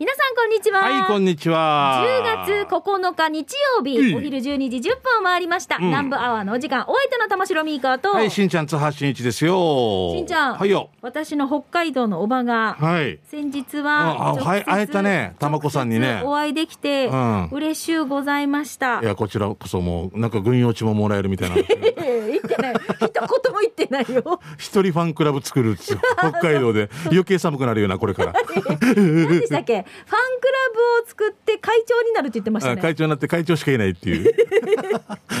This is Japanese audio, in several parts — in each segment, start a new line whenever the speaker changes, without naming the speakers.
皆さんこんにちは。
はい、こんにちは。
10月9日日曜日、お昼12時10分を回りました。南部アワーのお時間、お相手の玉城ミーカーと、
はい、しんちゃん、津波しんいちですよ。
しんちゃん、
はいよ。
私の北海道のおばが、
はい。
先日
あ
は
あ
直接、
はい会えたねたまこさんにね
直接お会いできて、
うん
嬉しゅうございました。
いや、こちらこそもう、なんか軍用地ももらえるみたいな。
ええ言ってない。一言も言ってない よ。
一人ファンクラブ作る っつう北海道で。余計寒くなるよな、これから。
何でしたっけファンクラブを作って会長になるって言ってました
あ
ね。
会長になって会長しかいないっ ていう。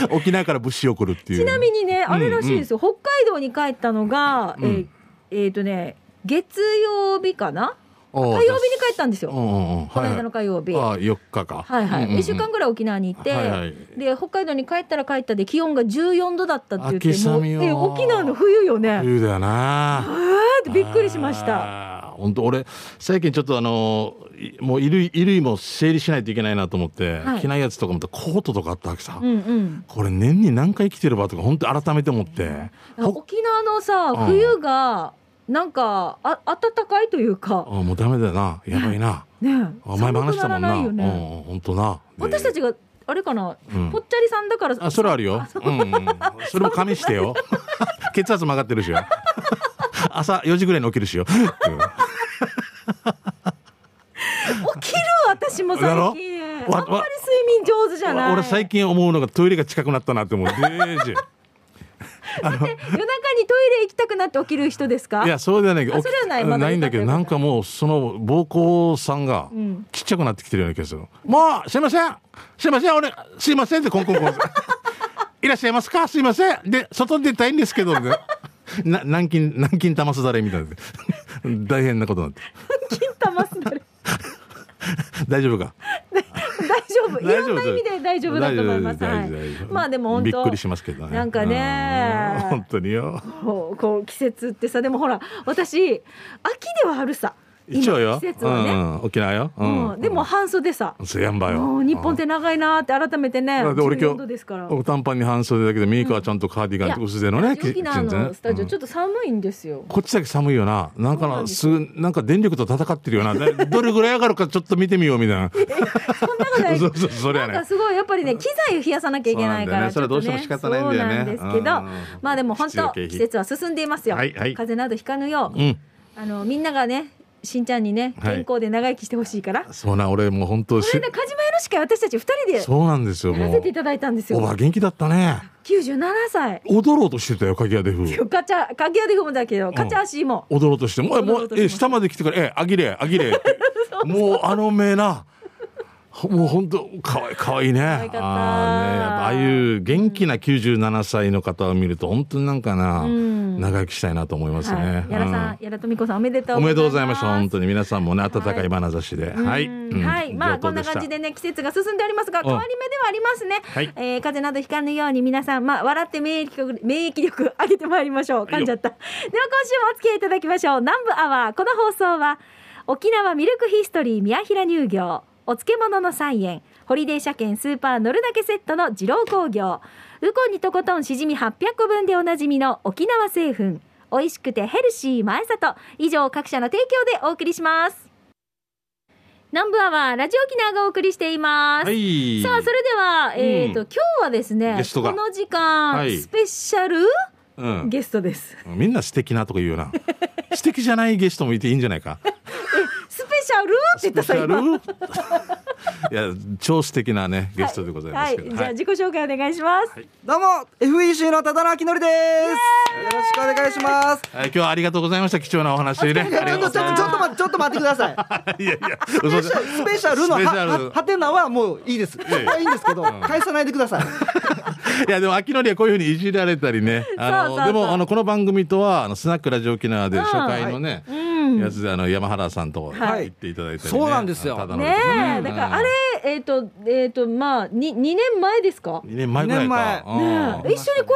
沖縄から物資送るっていう。
ちなみにね、あれらしいですよ。北海道に帰ったのが、えーえーとね、月曜日かな
ああ、火
火曜日に帰ったんです
う
よ。
んうんうん。
この
はい、
間の火曜日。
ああ、4日か。
はいはい、
うんうんうん
1週間ぐらい沖縄に行って、
はいはい
で北海道に帰ったら帰ったで気温が14度だったって言って
秋
もう
雨よ
え沖縄の冬よね
冬だよな。
あーってびっくりしました
あー。本当俺最近ちょっとあのいもう衣類衣類も整理しないといけないなと思って、
はい
着ないやつとかもコートとかあったわけさ、
うんうん
これ年に何回着てるわとか本当改めて思って、ほ
沖縄のさ
うん
冬がなんかあ暖かいというか
あもうダメだよなやばいな、
ね
お前も話したもんな
寒くならないよね
うん本当なで
私たちがあれかな、
うん
ぽっちゃりさんだから
あそれあるよ、うんうん、それも加味して よ血圧曲がってるしよ 朝4時ぐらいに起きるしよ、うん
起きる私も最
だろ
近あん
わ
ま
わ
り睡眠上手じゃない
俺最近思うのがトイレが近くなったなって思うデージ
夜中にトイレ行きたくなって起きる人ですか
いや、そうではないけど、
あそれはない
起き
まだ
ないんだけど、
よか
な
った
んかもう、その、膀胱さんが
ん、
ちっちゃくなってきてるような気がする。もう、すいませんすいません俺、すいませんって、コンコンコン。 いらっしゃいますかすいませんで、外に出たいんですけど、みたい な。な、南京、南京玉すだれみたいな。 大変なことになって。
金玉すだれ
大丈夫か
大丈夫。いろんな意味で大丈夫だと思います。は
大
い
丈夫大丈夫
まあでも本当
びっくりしますけどね。
なんかね
うん本当によ。
こうこう季節ってさでもほら私秋ではあるさ。今
一応よ。
季節
う
はね。
ん、沖縄よ。
うんでも、半袖さ。
そうやんばよ。
もう日本って長いなーって改めてね。
だって俺今
14度ですから。
日短パンに半袖だけどミーカはちゃんとカーディガンって薄手のねき
沖縄のスタジオ
うん
ちょっと寒いんですよ。
こっちだけ寒いよななんか
そうなん
な
です
すぐなんか電力と戦ってるよな だどれぐらい上がるかちょっと見てみようみたいな
そんなことない。
そうそうそれやね
なんかすごいやっぱりね機材を冷やさなきゃいけないから
そうなんだよねそれはどうしても仕方ないんだよね
ちょっとそうなんですけど
うん
まあでも本
必要
当
経費
季節は進んでいますよ、
はいはい
風邪などひかぬよう、
うん
あのみんながねしんちゃんにね
はい
健康で長生きしてほしいから、
そうな俺もう本当
これ
し
でカジマエロシ会私たち二人で
そうなんですよ
やら
も
せ
う
ていただいたんです
おば
よ。
元気だったね
九十七歳。
踊ろうとしてたよ鍵屋で風
ガチャ、鍵屋で踏むだけど、ガチャ足も。
踊ろうとしてもうえ
踊
も
ろう
う
として
え
ました
下まで来てからえあぎれ あぎれってもうあの目なもう本当かわいかわいいね
愛かった
あーねやっぱああいう元気な97歳の方を見ると本当になんかな、
ん
長生きしたいなと思います
は
ね、
い、やらさん、やらとみこさん、おめでとう。
うんおめでとうございました本
当
当に皆さんもね温かい眼差しではい、うん
はい、まあ、こん
上等
な
した
感じでね、季節が進んでおりますが、
ん
変わり目ではありますね。
はい
えー風邪などひかぬように、皆さん、まあ、笑って免疫力、免疫力上げてまいりましょう。噛んじゃった。では、今週もお付き合いいただきましょう。南部アワー、この放送は。沖縄ミルクヒストリー宮平乳業、お漬物の菜園、ホリデー車検スーパー乗るだけセットの二郎工業、ウコンにとことんしじみ800個分でおなじみの沖縄製粉、美味しくてヘルシー前里、以上各社の提供でお送りします。南部アワーラジオ沖縄がお送りしています。
はい
さあそれでは、えっ、と
う
今日はですね
ゲストが
この時間、
はい
スペシャル
うん、
ゲストです。
みんな素敵なとか言うな素敵じゃないゲストもいていいんじゃないか
スペシャルって言ったさ今。
いや超素敵なねゲストでございま
は
す
い、
けど、
じゃあ自己紹介お願いします。
どうも FEC の忠野明則ですよろしくお願いします
はい今日はありがとうございました貴重なお話ねあり
いやちょ
がとう
っ
ご
とち
ざ
ょっ
いま
と
す
ちょっと待ちょっと待ってください
いやいや嘘 じゃ
スペシャルのは
スペシャル
ははてなはもういいです
やいや
いいんですけど返さないでください
いやでも秋のりはこういうふうにいじられたりねあの
そうそうそう
でもあのこの番組とはあのスナックラジオ沖縄で初回のね、
うん。
やつであの山原さんと
はい
行っていただいたり、ね
そうなんですよ
あのただの
ね
と
え、
ね
だからあれえっ、とえっ、とまあに二年前ですか。ね
2年前ぐらいか
二
うん
え一緒にこうや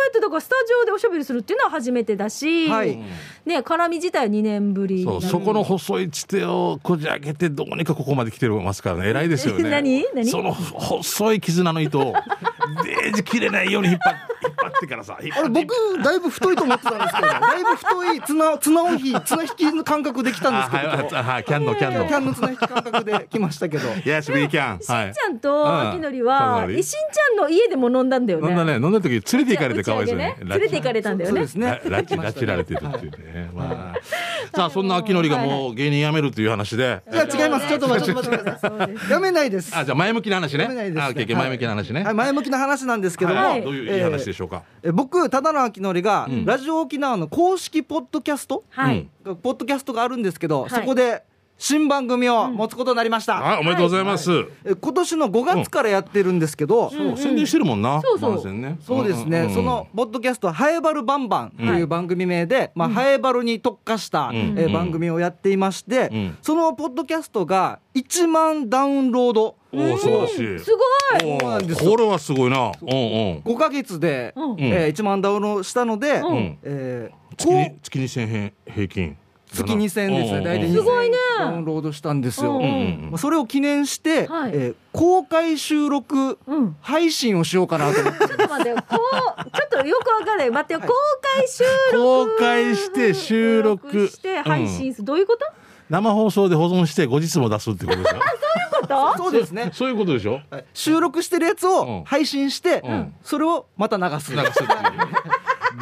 ってだからスタジオでおしゃべりするっていうのは初めてだし、
はい
ね絡み自体は2年ぶり
そうそこの細い地底をこじ開けてどうにかここまで来てますからね偉いですよね
何何
その細い絆の糸をデージ切れないように引っ張っ引っ張っ ってからさ
あれ僕だいぶ太いと思ってたんですけどだいぶ太い綱綱引き綱引きの感覚できたんです
あ
け
はい
ど
はいはいキャンドキャンド
キャンの綱引き感覚で来ましたけど
Yes we can
しんちゃん
は
と
い
あきのりは、
うん
えしんちゃんの家でも飲んだんだよね。
飲んだね飲んだ時連れて行かれてかわいそ
打ち上げ
うにね
ね連れて行かれたんだよ
そう
ね
で。すね
拉致 拉致られてるっていうねまあさあそんな秋のりがもう芸人辞めるっていう話で
いや違いますちょっと待ってちょっと待ってくださ
そうです
いやめないです
あじゃあ前向きな話ね
やめないですね
あオッケーオッケー
はい
前向きな話ね
はい前向きな話なんですけども、
は
はい
どういういい話でしょうか
え僕ただのあきのりが、
ん
ラジオ沖縄の公式ポッドキャスト、
は
う
い
ん。
がポッドキャストがあるんですけど、
い
そこで新番組を持つことになりました、
あおめでとうございます
え今年の5月からやってるんですけど、
そう宣伝してるもんな
そうそう
番宣ね
そうですね、
んんん
そのポッドキャストは「ハエバルバンバン」という番組名で、まあ、ハエバルに特化した、
ん
えー番組をやっていまして、
うん
そのポッドキャストが1万ダウンロード
おお素晴らしい
すごい。
お
そうなんです
ー
よ
これはすごいなうんうん
5か月で、
うん
えー1万ダウンロードしたので、
ん
えー
月
こう
に月2000円平均
月2000ですね大体
うんうんうん
ごいね
2000ダウンロードしたんですよ。
うん
うんうん
まあそれを記念して、
はい
えー公開収録
うん
配信をしようかなと思って、
ちょっと待ってよ。こうちょっとよくわかんない。待ってよ。公開収
公
録。
開して収録
して配信する。どういうこと？
生放送で保存して後日も出すってことですよ
こと？
そうですね
そういうことでしょ
はい収録してるやつ
うん
を配信して、
うん
それをまた流す、
なんかそうって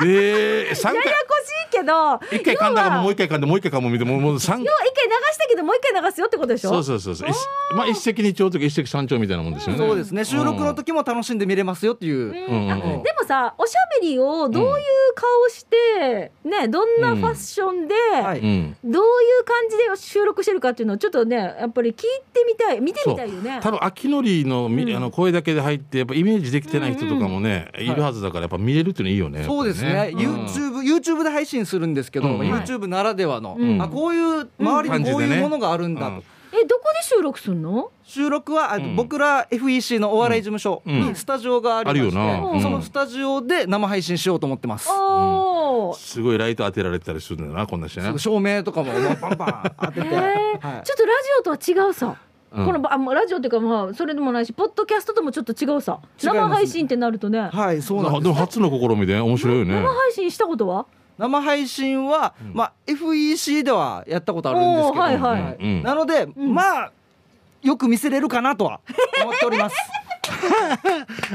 いうで三
ややこしいけど。
回一回噛んだかももう一回噛んでもう一回噛むみたいなもうもう三
要は一回流したけどもう一回流すよってことでしょ？
そうそうそうそう一まあ一石二鳥というか一石三鳥みたいなもんですよね
そうですね収録の時も楽しんで見れますよっていう、
うんうんうん、
でもさおしゃべりをどういう顔して、ねどんなファッションで、
はいう
ん
どういう感じで収録してるかっていうのをちょっとねやっぱり聞いてみたい見て
そ
み
う
たいよね。
多分秋のりのみ、あの声だけで入ってやっぱイメージできてない人とかもね、いるはずだからやっぱ見れるっていうのいいよね
そうですね
やっぱり
YouTube, YouTube で配信するんですけど、
うんうん
YouTube ならではの、
うん
あこういう周りにこういうものがあるんだと、
うん
えどこで収録すんの？
収録は、あ
ん
僕ら FEC のお笑い事務所
う
に
ん
スタジオがありまして、
あるよな
うん
そのスタジオで生配信しようと思ってます、
おお、
すごいライト当てられてたりするんだよなこんなしね
照明とかもバンバン当て
え
て、
ー
はい
ちょっとラジオとは違うさ。
うん
このあもうラジオっていうかまあそれでもないしポッドキャストともちょっと違うさ。
違いますね
生配信ってなるとね。
はいそうなん
あ
です
でも初の試みで面白いよね
生配信したことは？
生配信は、まあ、FEC ではやったことあるんですけ
おー
ど、
はいはい
は
う
い
ん
なので、まあよく見せれるかなとは思っており ます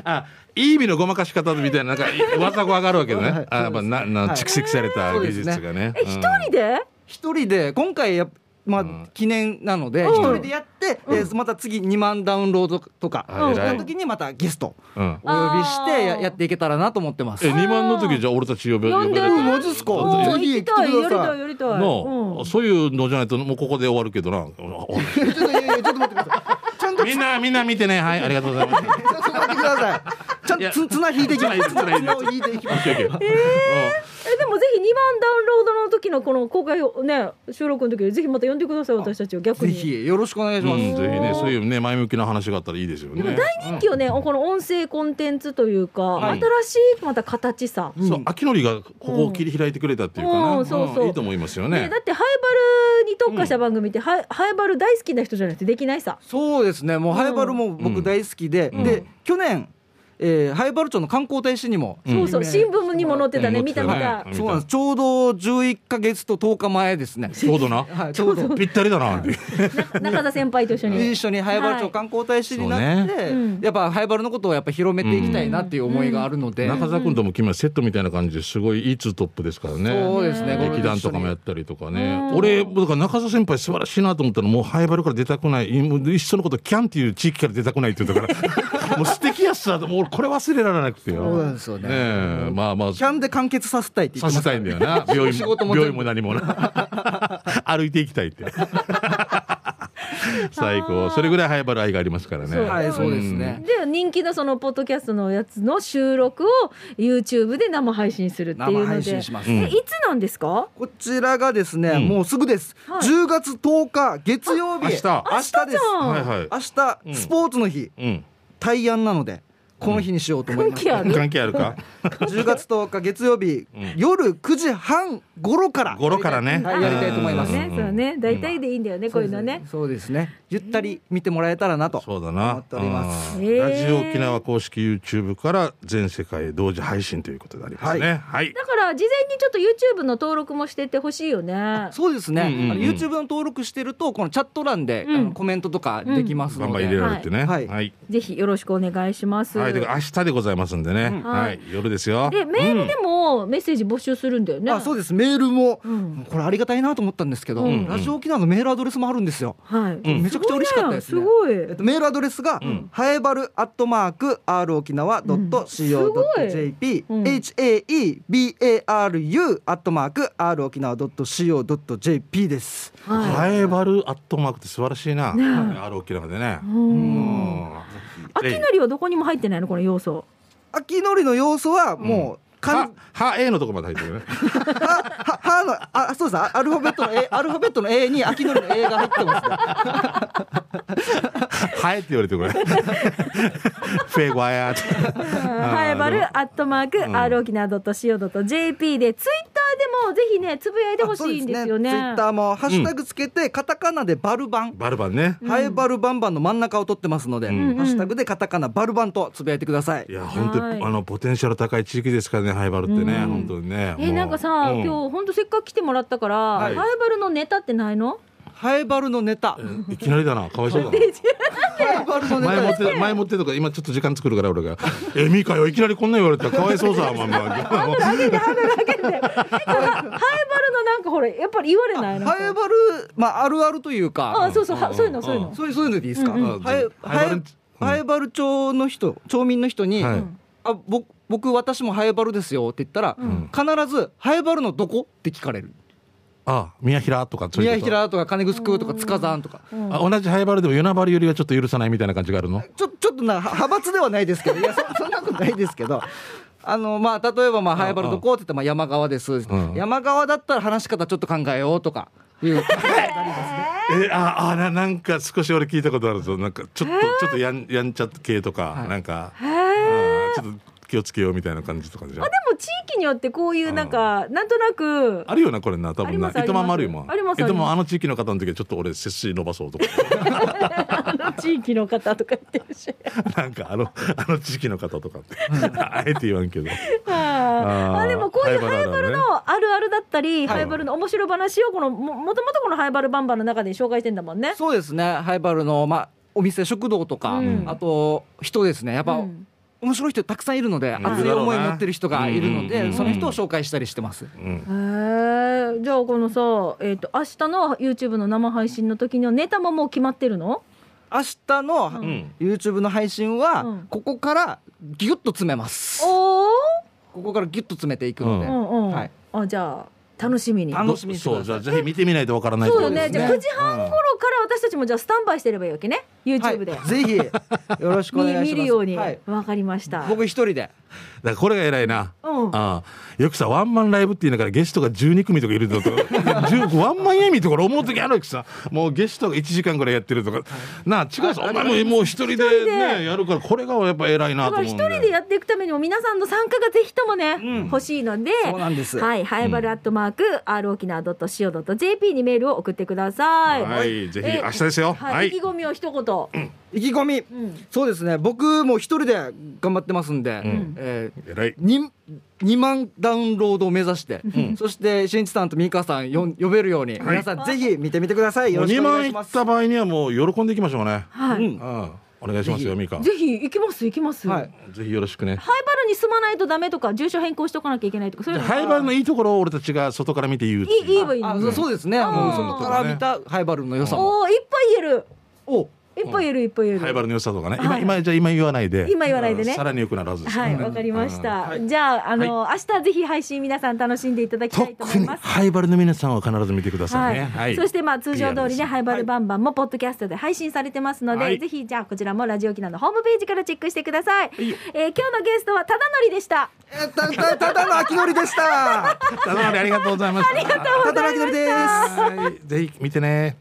あいい意味のごまかし方みたいななんかい技が上がるわけね、
はい
あやっぱなな
はい
蓄積された
そう
技
ですね
術がね
え一、人で？
一人で今回やっまあ、記念なので
うん
一人でやって、えーまた次2万ダウンロードとか
あ
し
偉い
た時にまたゲスト
うんうん
お呼びして
あ
や
ー
やっていけたらなと思ってます
え2万の時じゃあ俺たち呼べ
呼んで
呼べ
うん
マジっすか
うん
ぜ
もう
ひ
行きたい
来て
やり
ください
たいやりたい。
の、
うん
そういうのじゃないともうここで終わるけど な
ちょっといやいやちょっと待ってくださいちゃんと
みんなみんな見てねはいありがとうござい ます
ちょっと待ってくださいちゃん
いや
とつ綱引いていきます
綱引いて
綱を引いていきます
え
えでもぜひ2万ダウンロードの時のこの公開をね収録の時ぜひまた呼んでください私たちを逆
ぜ
に
ひよろしくお願い
う
し
ん、
ます、
うんぜひねそういうね前向きな話があったらいいですよね
でも大人気をね、この音声コンテンツというか、
はい
新しいまた形さ、
そう秋のりがここを切り開いてくれたっていうかな、
うんうんそうそうん
いいと思いますよね
ねだってハイバルに特化した番組って、ハイハイバル大好きな人じゃなくてできないさ
そうですねもう
うん
ハイバルも僕大好きで、
うんう
で
ん
去年、えー、ハイバル町の観光大使にも、
ん
そうそう新聞にも載ってたね、
うん
見た見
載って
た
た、ね
そうなんですちょうど11か月と10日前ですね、
ちょうどな、
はい、ちょうど
ぴったりだな、
な中田先輩と一緒に、
一緒にハイバル町観光大使になって、
いうん
やっぱハイバルのことをやっぱ広めていきたいなっていう思いがあるので、
中澤君とも君はセットみたいな感じですごいいいツートップですからね
そうですね
劇団とかもやったりとかね俺だから中澤先輩素晴らしいなと思ったのもうハイバルから出たくないもう一緒のことキャンっていう地域から出たくないって言ったから もう素敵やしさもう俺これ忘れられなくてよ
そうなんですよね
えまあまあ
キャンで完結させたいって言
さ
って
せ
ます
たいんだよな病院
仕
も
事も全部
病院も何もな 歩いていきたいって最高それぐらいハイバル愛がありますからね
そう
はいそうですね、
で人気のそのポッドキャストのやつの収録を YouTube で生配信するっていうので
生配信します
えいつなんですか
こちらがですね、もうすぐです、
はい
10月10日月曜日
あ明日
明日です
明日じゃん
はいはい
明日スポーツの日、
うん
大安なのでこの日にしようと思いま
関
す
係ある
関係あるか
10月10日月曜日、夜9時半頃から
頃からね
はいやりたいと思います
ね、そうね、大体でいいんだよね、こういうのね。
そうですねゆったり見てもらえたらなと
そうだな
思っております
う
へ
ん
ー
ラジオ沖縄公式 YouTube から全世界同時配信ということでありますねはい、
だから事前にちょっと YouTube の登録もしてってほしいよね。
そうですね、
うんうんうん
あの YouTube の登録してるとこのチャット欄で、
うん
あのコメントとかできます
バン
の
バン
で、
入れられてね
はい
はい
ぜひよろしくお願いします。
はい、というか明日でございますんでね、は
はいい、
夜ですよ。
で、メールでもメッセージ募集するんだよね。
あそうですメールも、
うん
これありがたいなと思ったんですけど、
うん
うん
ラジオ沖縄のメールアドレスもあるんですよ、
はい。
ん
めちゃくちゃ嬉しかったですね
すごい
えっと、メールアドレスが、はえばるアットマーク r 沖縄ドット c o ドット j p
うん
h a e b a r u アットマーク r 沖縄ドット c o ドット j p です。
は
ハ
い。
エバルアットマークって素晴らしいな。
ねえ
ある沖縄でね。うん
秋のりはどこにも入ってないのこの要素。
秋のりの要素はもうか
は
ん、、
は、えのとこまで入ってるね。
はははのあそうですアルファベットの A アルファベットの A に秋のりの A が入ってますね。
はえって言われてこれ。フ ェーゴアヤーって。
ハエバルアットマーク r 沖縄ドット CO ドット JP でツイッターでもぜひねつぶやいてほしいんですよね。
ツイッターもハッシュタグつけてカタカナでバルバン。
バルバンね。
ハエバルバンバンの真ん中を取ってますので、
ん
ハッシュタグでカタカナバルバンとつぶやいてください
い。や、本当
はい
に、あの、ポテンシャル高い地域ですからね、ハエバルってね、
うん
本当にね。
え
もう
なんかさ、
うん
今日本当せっかく来てもらったから、
い
ハエバルのネタってないの？
ハエバルのネタ。
いきなりだな、かわいそうだな。
ハエバルのネ
前も
タ
っ。て、前もってとか、今ちょっと時間作るから、俺が。 え、ミカよ、いきなりこんなん言われたら、かわいそうさ、まあまあ。
ハエバルのなんかほらやっぱり言われないの。
ハエバル、まあ、あるあるというか。
あそうそう、はそういうのそういうの。
そういう、そういうのでいいですか。
うん
うん
ハエ、
ハ
ハ
エバル
エ、ハエバル町の人、町民の人に。
はい
あ、僕、僕、私もハエバルですよって言ったら、
ん
必ずハエバルのどこって聞かれる。
あ、宮平とか、そういう
宮
こと
平とか金城とか塚山とか。
あ同じハイバルでも与那原よりはちょっと許さないみたいな感じがあるの
ちょちょっとなは派閥ではないですけどいやそ そんなことないですけどあのまあ例えばまあ早原どこって言ってまあ山川です、
ん
山川だったら話し方ちょっと考えようとかいう
えああななんか少し俺聞いたことあるぞなんかちょっと、ちょっとやんやんちゃ系とか、
はい
なんか、
へえ。
あーちょっと気をつけようみたいな感じとかじゃん
でも地域によってこういうなんかなんとな く。
あるよなこれな多
あ
分
り
な
ますあります
糸満もあるよも
ありますあります
糸満あの地域の方の時はちょっと俺背筋伸ばそ うとか
あの地域の方とか言ってるし。
なんかあのあの地域の方とかって あえて言わんけど
あ
あー
あでもこういう
ハ
ハ
イバル
イバ
あるあるね
ルのあるあるだったり、ハイバルの面白話をこのももともとこのハイバルバンバンの中で紹介してんだもんね。
そうですね早原のまあお店食堂とか、
うん
あと人ですねやっぱ、
うん
面白い人たくさんいるので
ん
熱い思い持ってる人がいる
うんうん
の
うん
でその人を紹介したりしてます。
うん
へえじゃあこのさえっ、と明日の YouTube の生配信の時のネタももう決まってるの？
明日の
うん
YouTube の配信は、
うん
ここからギュッと詰めます。
おお。
ここからギュッと詰めていくので、
うんうん。
はい
あじゃあ楽しみに。
楽しみにしてく
そう
だ
じ
さ
ゃあ
い
ぜひ見てみないとわからない
そうよね
ってこと
じゃあ
です
9時半頃から私たちもじゃあスタンバイしてればいいわけね YouTube で、
はい、ぜひよろしくお願いしま
見
す
見るように、
は
わ
い、
かりました
僕一人で
だからこれが偉いな
うん
ああよくさワンマンライブっていうのからゲストが12組とかいるのと 10ワンマンやみとか思う時あるわけさもうゲストが1時間ぐらいやってるとかなあ違うさお前ももう一人でねやるからこれがやっぱ偉いな
だ
と
か
思
ら
う
一
んだ
人
よ
でやっていくためにも皆さんの参加がぜひともね、欲しいので
そうなんです
はいハイバルアットマーク r 沖縄 .co.jp にメールを送ってください
はいぜひ
え
明日ですよ
はい
はい
意気込みを一言、
意気込み、
ん
そうですね僕も一人で頑張ってますんで、えー
偉い
に 2, 万ダウンロードを目指して、そしてしんいちさんとみかさんよん呼べるように、皆さんぜひ見てみてくださいよ
もう
ろしく
2
お願
万
いし
い
ま
っ
す
た場合にはもう喜んでいきましょうね
はい、
うん
うんお願いしますよミカぜ
ぜひ行きます行きます、
はい
ひよろしくね
ハイバルに住まないとダメとか住所変更しておかなきゃいけないとかそういうの
ハイバルのいいところを俺たちが外から見て言うって
いいいいわいい
あ
の
そうそうですね、もう外から見たハイバルの良さ
お
も
おいっぱい言える
を
いっぱい言えるいっぱい言える、
ハイバルの良さとかね
は
今
い
今じゃあ今言わないで
今言わないでね
さらに良くなるはずですから
は
ね
い、わかりました。じゃあ、あの、明日ぜひ配信皆さん楽しんでいただきたいと思
特
い
に
ます。
ハイバルの皆さんは必ず見てくださいね。はい
そしてまあ通常通りね、ハイバルバンバンもポッドキャストで配信されてますので、
はい
ぜひじゃあこちらもラジオ機能のホームページからチェックしてください。えー今日のゲストはただのりでした。
えたたただの秋のり でした
ただのりありがとうございました。ありがと
ただの秋のりです
う。はい、ぜひ見てね。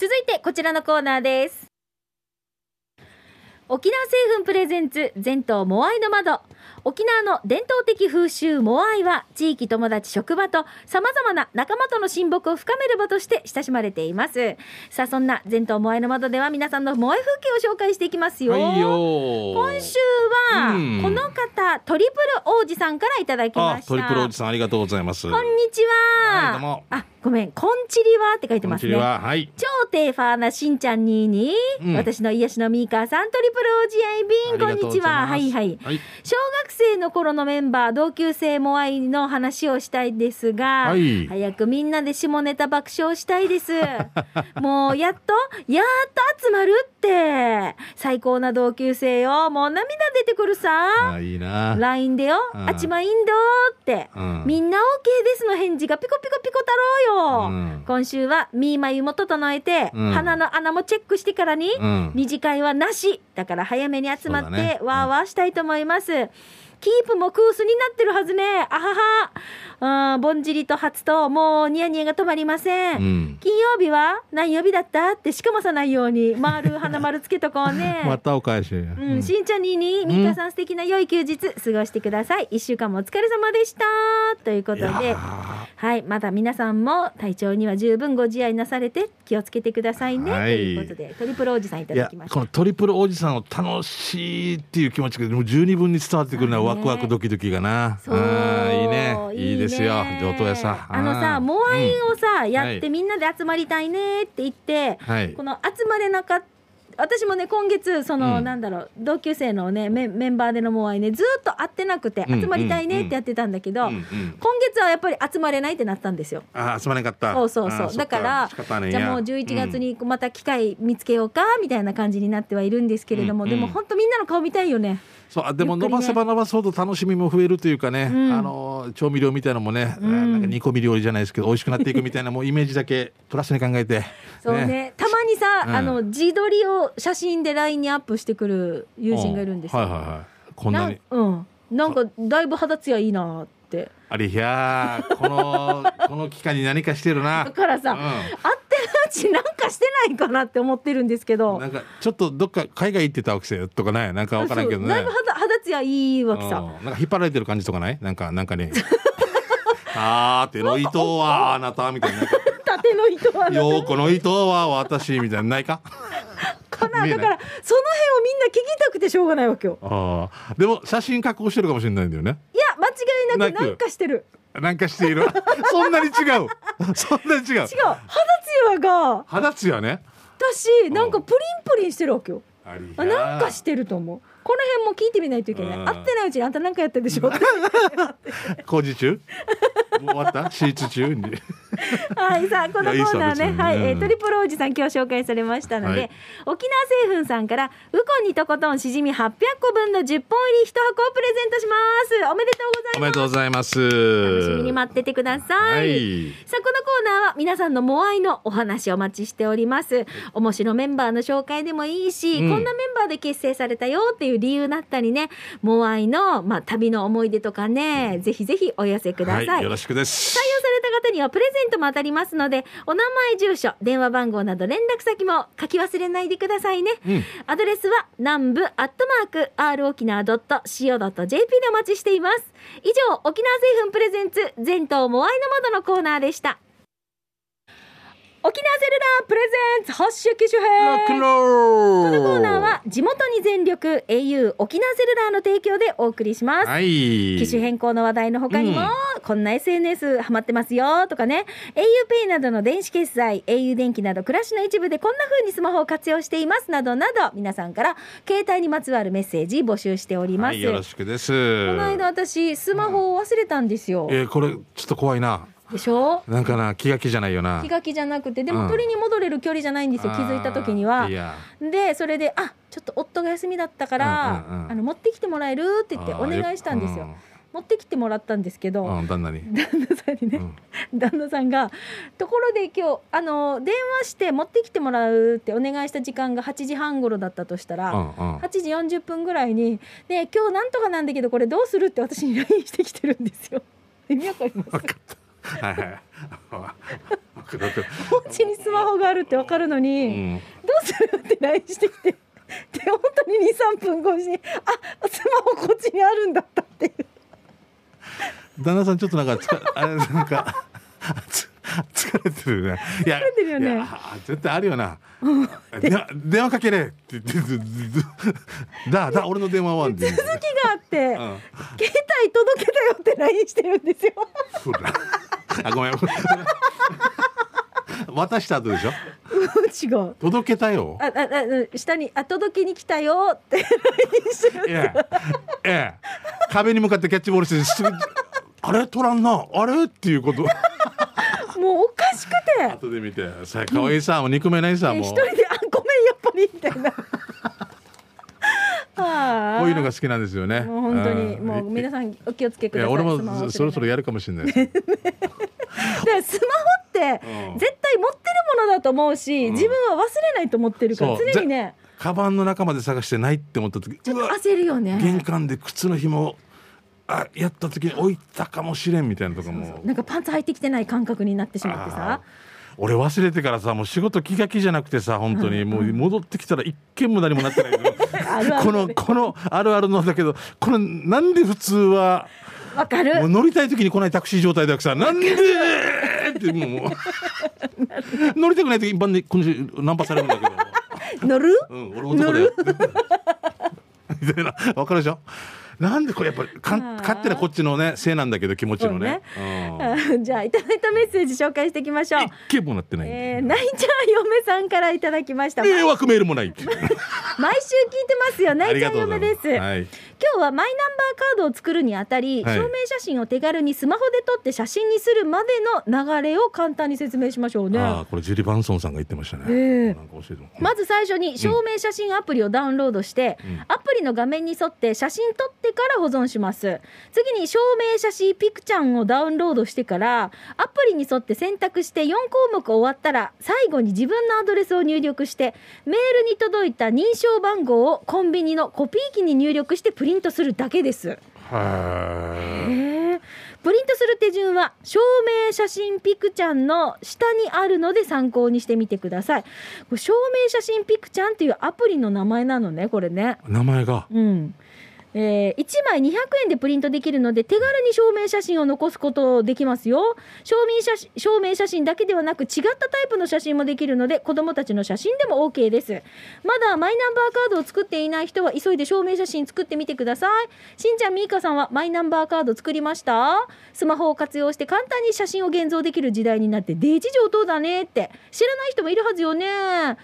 続いてこちらのコーナーです。沖縄製粉プレゼンツ全島モアイの窓沖縄の伝統的風習モアイは地域友達職場とさまざまな仲間との親睦を深める場として親しまれていますさあそんな全島モアイの窓では皆さんのモアイ風景を紹介していきますよ,、
はいよー
今週は
うん
この方、トリプル王子さんからいただきま
あ
し、た
トリプルおじさんありがとうございます。
こんにち
はい
は、
どうも
あごめん「こんちりは」って書いて
こん
ま
に
す
ち
ね
は。はい。
超テーファーなしんちゃんにーにー、
うん
私の癒しのミーカーさんトリプルおじやいび
あ
ん
りが
ことんに
うござ
ち
いま
は
す
はいはい、
はい
小学生の頃のメンバー同級生モアイの話をしたいですが、
はい
早くみんなで下ネタ爆笑したいです もうやっとやっと集まるって最高な同級生よもう涙出てくるさ
あ、いいな。
LINE でよ
うん
あちまいんどーって、
うん
みんな OK ですの返事がピコピコピコ太郎よ、
うん
今週はみーまゆも整えて、
うん
鼻の穴もチェックしてからに、
うん
二次会はなしだから早めに集まっ
そ
て、
うだねうん
わーわーしたいと思います、キープもクースになってるはずねあははうんぼんじりと初ともうニヤニヤが止まりません、
うん。
金曜日は何曜日だったってしかもさないように丸花丸つけとこうね
またお返し。う
うん、しんちゃんにーにー、みーかさん素敵な良い休日過ごしてください。一週間もお疲れ様でした。ということで、
いや
はい、まだ皆さんも体調には十分ご自愛なされて気をつけてくださいね。
はい
ということで、トリプルおじさんいた
い
だ
や
きまし
こ
た。
のトリプルおじさんを楽しいっていう気持ちがもう十二分に伝わってくるの
そう
はワ
ね
クワクドキドキがな、
そう
あーいいねいいですよ
ね
上等やさ
あのさ、
うん
モアイをさ、やっ
は
て
い
みんなで集まりたいねって言って、
はい
この集まれなかった。私もね今月その、
うん
なんだろう同級生のねメンメンバーでのモアイねずーっと会ってなくて
うん
集まりたいねってやってたんだけど、
うんうん
今月はやっぱり集まれないってなったんですよ。
あーすまなかった
そうそう
あ
そ
ー
う。
っ
だから
仕方ねえ
じ
や
ゃあもう11月にまた機会見つけようかみたいな感じになってはいるんですけれども、
うん
でも本当みんなの顔見たいよね。
そうあでも
ゆっく
伸
りね
ばせば伸ばすほど楽しみも増えるというかね、
ん
あの調味料みたいなのもね、なんか煮込み料理じゃないですけど美味しくなっていくみたいなもうイメージだけプラスに考えて
そうねたまにさ、
うん
あの自撮りを写真で LINE にアップしてくる友人がいるんですよ。
はいはいはいこんなに
なうん。なんかだいぶ肌ツヤいいなって。
あれいやー このこの期間に何かしてるな
だからさ、
うん
会ってるうちなんかしてないかなって思ってるんですけど。
なんかちょっとどっか海外行ってたわけせとかないなんかわからんけど
そう
ね
だいぶ肌肌ツヤいいわけさ。
うんなんか引っ張られてる感じとかないなんかなんかねあーっての糸はあなたみたいな
縦の糸はな
よーこの糸は私みたいなないか
かな
見
だ
えない
からその辺をみんな聞きたくてしょうがないわけよ。
ああでも写真加工してるかもしれないんだよね
いや間違いなく
なく
なんかしてる
なんかしてい るそんなに違うそんなに違う
違う肌ツヤが
肌つやね
私
ん
なんかプリンプリンしてるわけよ
あり
あなんかしてると思うこの辺も聞いてみないといけない
うん
会ってないうちにあんたなんかやったでしょ
工事中もう終わった手術中に
はいさあこのコーナー
いやいいサービス
ね
ね
はい、え
う
ー、
ん
トリプルおじさん今日紹介されましたので、
はい
沖縄製粉さんからウコンにとことんしじみ800個分の10本入り1箱をプレゼントしますおめでとうございます
おめでとうございます
楽しみに待っててください。
はい
さあ、このコーナーは皆さんのモアイのお話をお待ちしております。面白メンバーの紹介でもいいし、
うん
こんなメンバーで結成されたよっていう理由だったりね、モアイの、まあ、旅の思い出とかね、ぜひぜひお寄せください。
はい、よろしくです
採用された方にはプレゼントも当たりますので、お名前、住所、電話番号など連絡先も書き忘れないでくださいね。
うん
アドレスは南部アットマーク r 沖縄 .co.jp でお待ちしています。以上、沖縄製粉プレゼンツ全島モアイの窓のコーナーでした。沖縄セルラープレゼンツ発射機種
ロックン
編
ロ
こ
ール
のコーナーは地元に全力 au 沖縄セルラーの提供でお送りします。
はい
機種変更の話題の他にも、
うん
こんな SNS ハマってますよとかね auPay などの電子決済 au 電気など暮らしの一部でこんな風にスマホを活用していますなどなど皆さんから携帯にまつわるメッセージ募集しておりま
は
す、
いよろしくです
この間私スマホを忘れたんですよ、
えーこれちょっと怖いな
でしょ
なんかな気が気じゃないよな
気が気じゃなくてで
う
も
ん
取りに戻れる距離じゃないんですよ気づいた時に
あ
は
ーいや
でそれであちょっと夫が休みだったから、
うんうんうん
あの持ってきてもらえるって言ってお願いしたんですよ、持ってきてもらったんですけど、
うん、うん旦那に
旦那さんにね、旦那さんが「ところで今日あの電話して持ってきてもらう」ってお願いした時間が8時半頃だったとしたら、
うんうん
8時40分ぐらいに「ねえ今日なんとかなんだけどこれどうする?」って私に LINE してきてるんですよ。 意味わかります
はいはい。わかるわかる
お家にスマホがあるってわかるの
う
に「
ん
どうする?」って LINE してきてで本当に23分越しにあスマホこっちにあるんだったっていう
旦那さんちょっとなんかつかあれなんかつ疲れてるねいや
疲れてるよね
いやあ絶対あるよな電話電話かけれって言ってずずずだだ俺の電話はんで
続きがあって、
ん
携帯届けたよって LINE してるんですよ
ほらあごめん渡した後でしょ
違う
届けたよ
あああうん下に「あ届けに来たよ」って LINE してるん
い
です
やええ壁に向かってキャッチボールしてすぐあれ取らんなあれっていうこと
よもうおかしくて
後で見てさ可愛いさもう憎めないさ
え
もう
一人で「あごめんやっぱり」みたい なああ
こういうのが好きなんですよね
もう本当に
ん
もう皆さんお気をつけく
い
ださ
や
い
俺
スマホ忘れな
も
い
そろそろやるかもしれない です。
でスマホって
うん
絶対持ってるものだと思うし、自分は忘れないと思ってるから
そう
常にね
カバンの中まで探してないって思った時うわ
焦るよね
玄関で靴の紐あやった時に置いたかもしれんみたいなとかも
なんかパンツ履いてきてない感覚になってしまってさ
あー俺忘れてからさもう仕事気が気じゃなくてさ本当にもう戻ってきたら一件も何も なってないけど
あるある
このこのあるあるのだけどこれなんで普通は
わかる
もう乗りたい時に来ないタクシー状態だ けさなんでってもう乗りたくない時一般でこの人ナンパされるんだけど。
乗る
うん、俺男だよ。 みたいな、わかるでしょなんでこれやっぱり、か
あ
ん、
ー
勝手なこっちのね、せいなんだけど、気持ちのね。う ん
じゃあいただいたメッセージ紹介していきましょう
一件もなってないんで。
えー、泣いちゃう嫁さんからいただきました毎週
迷惑メールもない。
聞いてますよ泣いちゃう嫁です
はい。
今日はマイナンバーカードを作るにあたり、
はい
証明写真を手軽にスマホで撮って写真にするまでの流れを簡単に説明しましょうね
ああ、これジュリバンソンさんが言ってましたね。
ええ
なんか教えてもら
まず最初に証明写真アプリをダウンロードして、
うん
アプリの画面に沿って写真撮ってから保存します次に証明写真ピクチャンをダウンロードしてからアプリに沿って選択して4項目終わったら最後に自分のアドレスを入力してメールに届いた認証番号をコンビニのコピー機に入力してプリントするだけです
は
へえプリントする手順は証明写真ピクチャンの下にあるので参考にしてみてくださいこれ証明写真ピクチャンっていうアプリの名前なのねこれね
い。名前が。
うんえー、1枚200円でプリントできるので手軽に証明写真を残すことできますよ証明写真証明写真だけではなく違ったタイプの写真もできるので子どもたちの写真でも OK ですまだマイナンバーカードを作っていない人は急いで証明写真作ってみてくださいしんちゃんみーかさんはマイナンバーカード作りましたスマホを活用して簡単に写真を現像できる時代になってデジ上等だねって知らない人もいるはずよね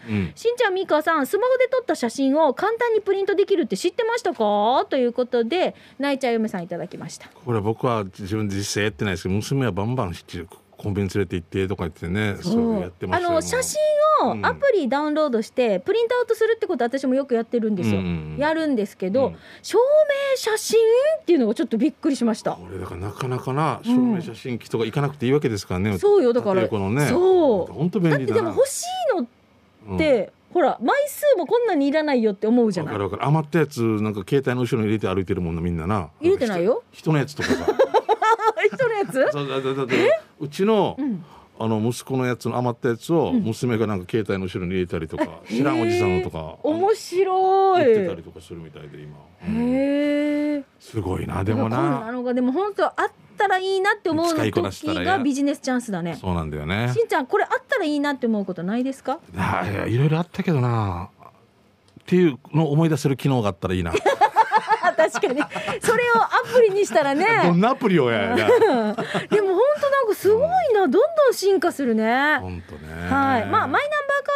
うん。
しんちゃんみーかさんスマホで撮った写真を簡単にプリントできるって知ってましたかということで泣いちゃう嫁さんいただきました
これ僕は自分で実際やってないですけど、娘はバンバンコンビニ連れて行ってとか言ってね、そうやってま
あ
したよ
の写真
う
を
ん
アプリダウンロードしてプリントアウトするってこと私もよくやってるんですよ、
うんうんうん
やるんですけど、
うん
証明写真っていうのがちょっとびっくりしました
これだからなかなかな証明写真機とか行かなくていいわけですからね、
そうよだから
立てるこのね
そう
本当
だ
便
っ
利
て
だ
で
な
も欲しいのっ
うん
て、ほら枚数もこんなにいらないよって思うじゃ
わ
ない
かるわかる余ったやつなんか携帯の後ろに入れて歩いてるもんなみんなな
入れてないよ
人のやつとか さ
人のやつ
そうだだだだうちの、
ん
あの息子のやつの余ったやつを娘がなんか携帯の後ろに入れたりとか、知らんおじさんのとか
面白
売
い
ってたりとかするみたいで今、うん
へえ
すごいなでも
こんな
な
のがでも本当あったらいいなって思う
使いこなし
時
たら
が
や
ビジネスチャンスだね。
そうなんだよね
しんちゃんこれあったらいいなって思うことないですか？
ああいやいろいろあったけどなっていうのを思い出せる機能があったらいいな
あ確かにそれをアプリにしたらね。
どんなアプリを やや。
でも本当なんかすごいなどんどん進化するね。は
本当ね。
い。まあマイナンバーカ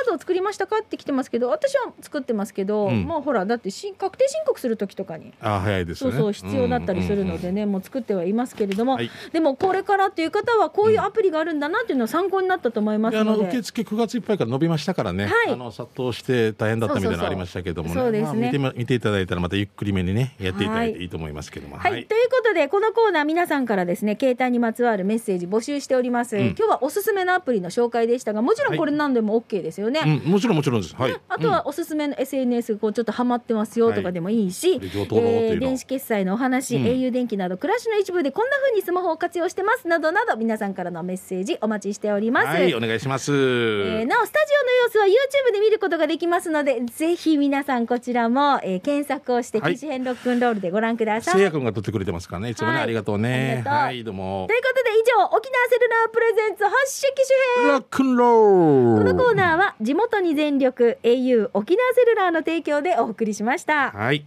ードを作りましたかって来てますけど私は作ってますけど、
うん
もうほらだってし確定申告する時とかに。
あ早いです
そう
ね。
そう必要だったりするのでね、もう作ってはいますけれども、
はい
でもこれからという方はこういうアプリがあるんだなっていうのは参考になったと思い
うんう
ま
ん。ですあ
の
の
で、
受付9月いっぱいから伸びましたからね、
はい
あの殺到して大変だったみたいなのありましたけどもね
そうそうそうそうですね
まあ、見てみ見ていただいたらまたゆっくりめにねやっていただい
は
ていいと思いますけども
はい、ということでこのコーナー皆さんからですね携帯にまつわるメッセージ募集しております、
うん
今日はおすすめのアプリの紹介でしたがもちろんこれ何でも OK ですですよね。
うん、もちろんもちろんです。はい。
あとはおすすめの SNS こうちょっとハマってますよとかでもいいし、
はいで上等だなっていうの
ー電子決済のお話、
うん
au 電機など暮らしの一部でこんな風にスマホを活用してますなどなど皆さんからのメッセージお待ちしております。
はい、お願いします。
えーなおスタジオの様子は YouTube で見ることができますのでぜひ皆さんこちらも、えー検索をして「
はい
機種編ロックンロール」でご覧ください。
せいやくんが撮ってくれてますからね。いつもね、
はい
ありがとうね。
ありがとう
はい、どうも
と。いうことで以上沖縄セルラープレゼンツ発色機種編
ロックンロー
こ
ル。
のコーナーは地元に全力 au 沖縄セルラーの提供でお送りしました。
はい。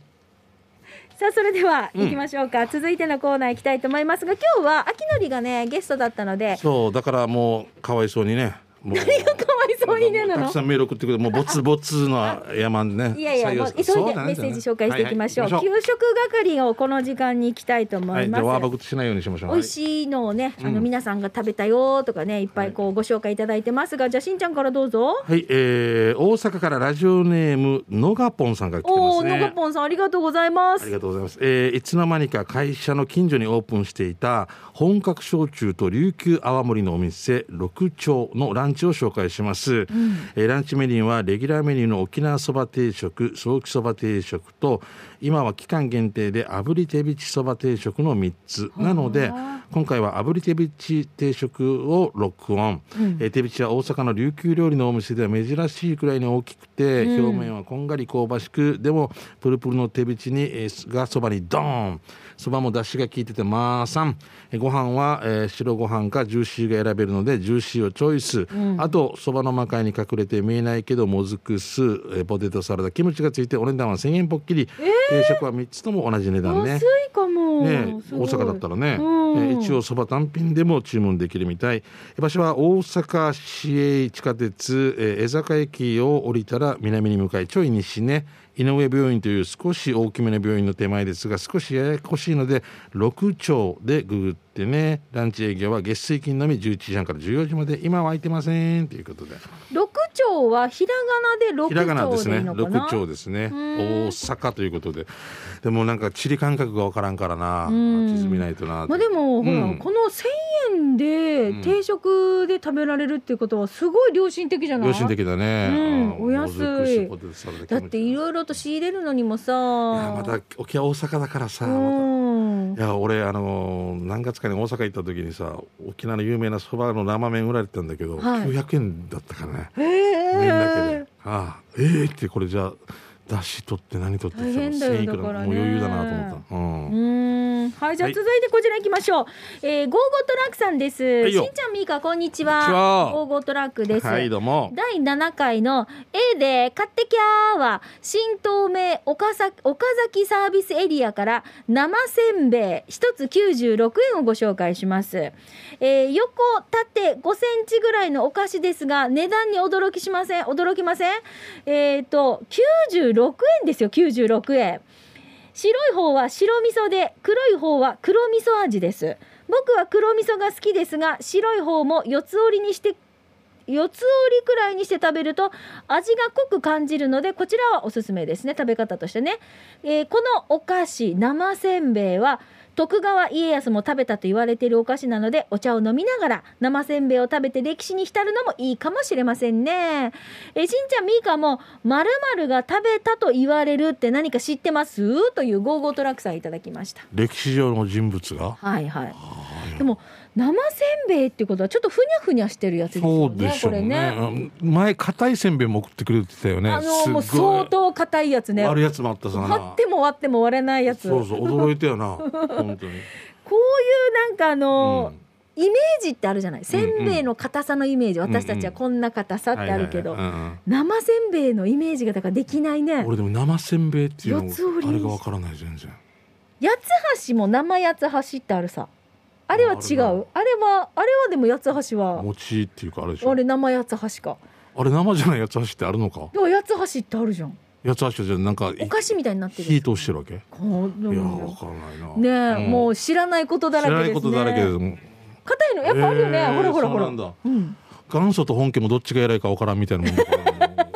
さあそれでは
うん
行きましょうか、続いてのコーナー行きたいと思いますが今日は秋のりがねゲストだったので
そう、だからもう、かわいそうにね。もう
何 がかわいそうにねな
た
の
くさんメール送ってくれてもうぼつぼつの山ね。
いやいや
採用
もう
す
急いで
そう
メ
なん
ッ
ですよ
セ
ね
ージ紹介していきましょう、
はい行き
給食係をこの時間に行きたいと思
はいい、じ
ま
ゃ
す、
あワーバクしないようにしましょう。
美味しいのをね、あの皆さんが食べたよとかねいっぱいこうご紹介いただいてますがじゃあしんちゃんからどうぞ
はい、えー、大阪からラジオネームのがぽんさんが来てま
おお
す
ー
ね。
のがぽんさんありがとうございま
あ
す
りがとうございます、えーいつの間にか会社の近所にオープンしていた本格焼酎と琉球泡盛のお店六丁のランチを紹介します、えーランチメニューはレギュラーメニューの沖縄そば定食ソーキそば定食と今は期間限定で炙り手びちそば定食の3つなので今回は炙り手びち定食をロックオン、えー手びちは大阪の琉球料理のお店では珍しいくらいに大きくて、表面はこんがり香ばしくでもプルプルの手びちに、えーがそばにドーンそばも出汁が効いててまあさん、えーご飯は、えー白ご飯かジューシーが選べるのでジューシーをチョイス、あとそばの魔界に隠れて見えないけどもずく酢、えーポテトサラダキムチがついてお値段は1000円ぽっきり、定食は3つとも同じ値段ね
安いかも、
ね、
すご
大
い
阪だったらね、
うん
えー一応そば単品でも注文できるみたい場所は大阪市営地下鉄、えー江坂駅を降りたら南に向かいちょい西ね井上病院という少し大きめの病院の手前ですが少しややこしいので6丁でググってねランチ営業は月水金のみ11時半から14時まで今は空いてませんということで
六丁はひらがなで六
ひらがなで
丁
す
でいい
ね
のかな
6丁ですね
ん
大阪ということででもなんか地理感覚がわからんからな
うん
地図見ないとな
まあでも、ほら
うん
この1000円で
ん
定食で食べられるっていうことはすごい良心的じゃない
良心的だね。
うん
あー
お安い
もずくしポテトサラダキ
だ
ムチ
っていろいろと仕入れるのにもさ
いやまた沖縄大阪だからさ。
う
ま
ん
たいや俺あのー何月かに大阪行った時にさ沖縄の有名なそばの生麺売られてたんだけど、
はい
900円だったからね
へ
麺だけ
え
で、ああええってこれじゃあだし取って何取って
大変だよ
1000いくら
だからね
もう余裕だなと思った、うん
うんはいじゃあ
はい
続いてこちら行きましょう、えー、ゴーゴートラックさんです、
いよ
しんちゃんみーかこんにちは
こんにちは
ゴーゴートラックです、
はいどうも
第7回の「A で買ってきゃー」は新東名岡崎岡崎サービスエリアから生せんべい1つ96円をご紹介します、えー横縦5センチぐらいのお菓子ですが値段に驚きしません驚きませんえっ、と96円ですよ96円白い方は白味噌で黒い方は黒味噌味です僕は黒味噌が好きですが白い方も四つ折りにして四つ折りくらいにして食べると味が濃く感じるのでこちらはおすすめですね食べ方としてね、えーこのお菓子生せんべいは徳川家康も食べたと言われているお菓子なのでお茶を飲みながら生せんべいを食べて歴史に浸るのもいいかもしれませんねえーしんちゃんみーかも〇〇が食べたと言われるって何か知ってますというゴーゴートラックさんいただきました
歴史上の人物が
はいはい。でも生せんべいってことはちょっとふにゃふにゃしてるやつです
そ
よ
うで
ね。
し
こ
ょう
れ
ね
ね。
うん前硬いせんべいも送ってくれてたよね
あの
すっ
も
ご
う
い
相当硬いやつね。
悪
割
いやつもあったさな
っても割っても割れないやつ。
そうそう驚いた よな本当に、
こういうなんかあの
う、ん
イメージってあるじゃない。せんべいの硬さのイメージ、私たちはこんな硬さってあるけど、
はいはいはいうんうん
生せんべいのイメージがだからできないね。
俺でも生せんべいっていう
四つ折り
のあれがわからない全然
八つ橋も生八つ橋ってあるさ。あれは違う。あれはあれはでも八つ橋は。
餅っていうかあれでしょ
あ
あれ
れ生八つ橋か。
生じゃない八つ橋ってあるのか
でも八つ橋ってあるじゃん。
八つ橋じゃなんかい
お菓子みたいになってる。
火通してるわけい
この
やわからないな
ねえ、
ん
もう知らないことだ
知
ら
らな
けで
いこ
す
とだらけで
ね。
すもん
硬いのやっぱあるよね。
えー
ほらほらほら。
そうなんだ
うん
元祖と本家もどっちが偉いかわからんみたいなもんだから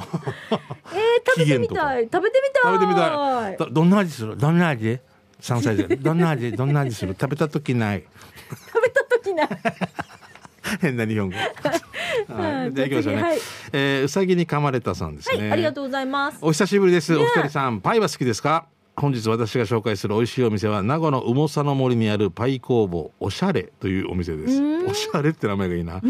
えー、
あ
食べてみたい。食べてみたい。
食べてみたいだどんな味するどんな味3歳でどんな味どんな味する食べた時ない
食べた時ない。
変な日本語はい、じゃあ行きましょうね、
はい
えーうさぎに噛まれたさんです
は
ね、
い、ありがとうございます。
お久しぶりです。
ね
お二人さん、パイは好きですか本日私が紹介する美味しいお店は、名護の羽毛さの森にあるパイ工房、おしゃれというお店です。おしゃれって名前がいいな。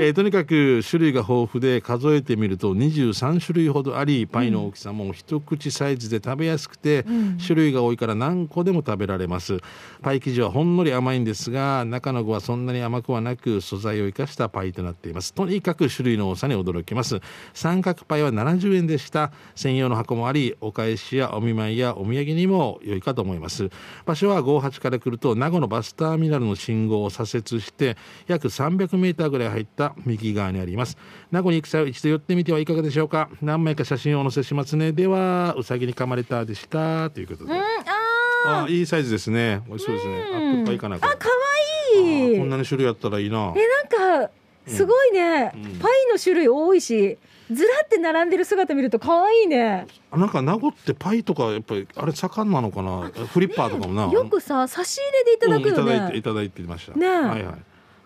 えーとにかく種類が豊富で、数えてみると23種類ほどあり、パイの大きさも一口サイズで食べやすくて、種類が多いから何個でも食べられます。パイ生地はほんのり甘いんですが、中の具はそんなに甘くはなく、素材を生かしたパイとなっています。とにかく種類の多さに驚きます。三角パイは70円でした。専用の箱もあり、お返しやお見舞いやお土産にも良いかと思います。場所は58から来ると、名護のバスターミナルの信号を左折して、約300メーターぐらい入った右側にあります。名護に行く際は一度寄ってみてはいかがでしょうか。何枚か写真をお載せしますね。では、うさぎに噛まれたでした。ということで。あいいサイズですね。美味しそうですね。アップルパイかな。これ
あ、可愛い
あこんなに種類あったらいいな。
え、なんか、すごいね、パイの種類多いし、ずらって並んでる姿見ると可愛いね。
なんか名護ってパイとかやっぱりあれ盛んなのかな。フリッパーとかもな。
よくさ、差し入れでいただくよ
うんいただいて
ね。
いただいてました。
ねえ
はいはい。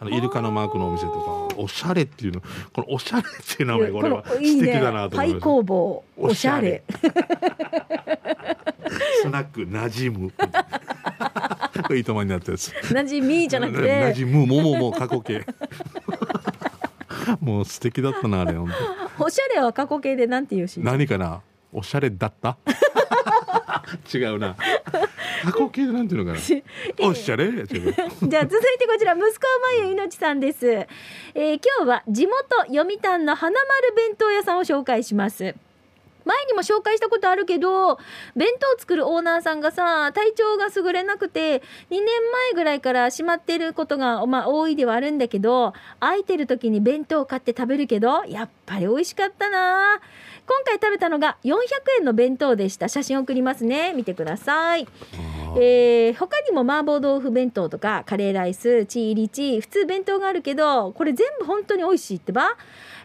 あのイルカのマークのお店とか、おしゃれっていうの、このおしゃれっていう名前、これは素
いい
敵
ね
だな
パ
と思いま
イ
した。
工房、おしゃれ。
スナック馴染む。いいとまになったやつ。
なじみじゃなく
馴
て、
染む、ももも、過去形。もう素敵だったな、あれ、本当。
おしゃれは過去形でなんて言うし。
何かなおしゃれだった 違うな過去形でなんていうのかなおしゃれ違 う
じゃあ続いてこちら息子はまゆいのちさんです、えー今日は地元読谷の花丸弁当屋さんを紹介します前にも紹介したことあるけど弁当作るオーナーさんがさ体調が優れなくて2年前ぐらいから閉まってることが、まあ、多いではあるんだけど空いてる時に弁当を買って食べるけどやっぱり美味しかったな今回食べたのが400円の弁当でした写真送りますね見てくださいえー他にも麻婆豆腐弁当とかカレーライスチーリチ普通弁当があるけどこれ全部本当に美味しいってば、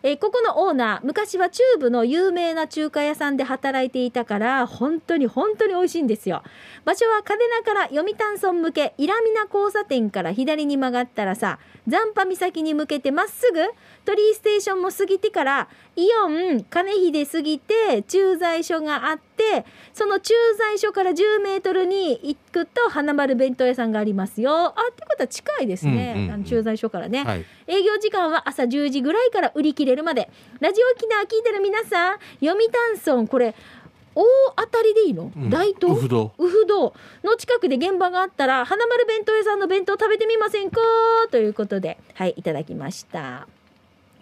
えーここのオーナー昔は中部の有名な中華屋さんで働いていたから本当に本当に美味しいんですよ場所は嘉手納から読谷村向け伊良美名交差点から左に曲がったらさ残波岬に向けてまっすぐ鳥居ステーションも過ぎてからイオン金秀過ぎて駐在所があってその駐在所から10メートルに行くと花丸弁当屋さんがありますよあってことは近いですね、
うんうんうん
あの駐在所からね、
はい
営業時間は朝10時ぐらいから売り切れるまでラジオ沖縄聞いてる皆さん読谷村これ大当たりでいいの、
うん
大東
ウフ堂
ウフ堂の近くで現場があったら花丸弁当屋さんの弁当食べてみませんかということではいいただきました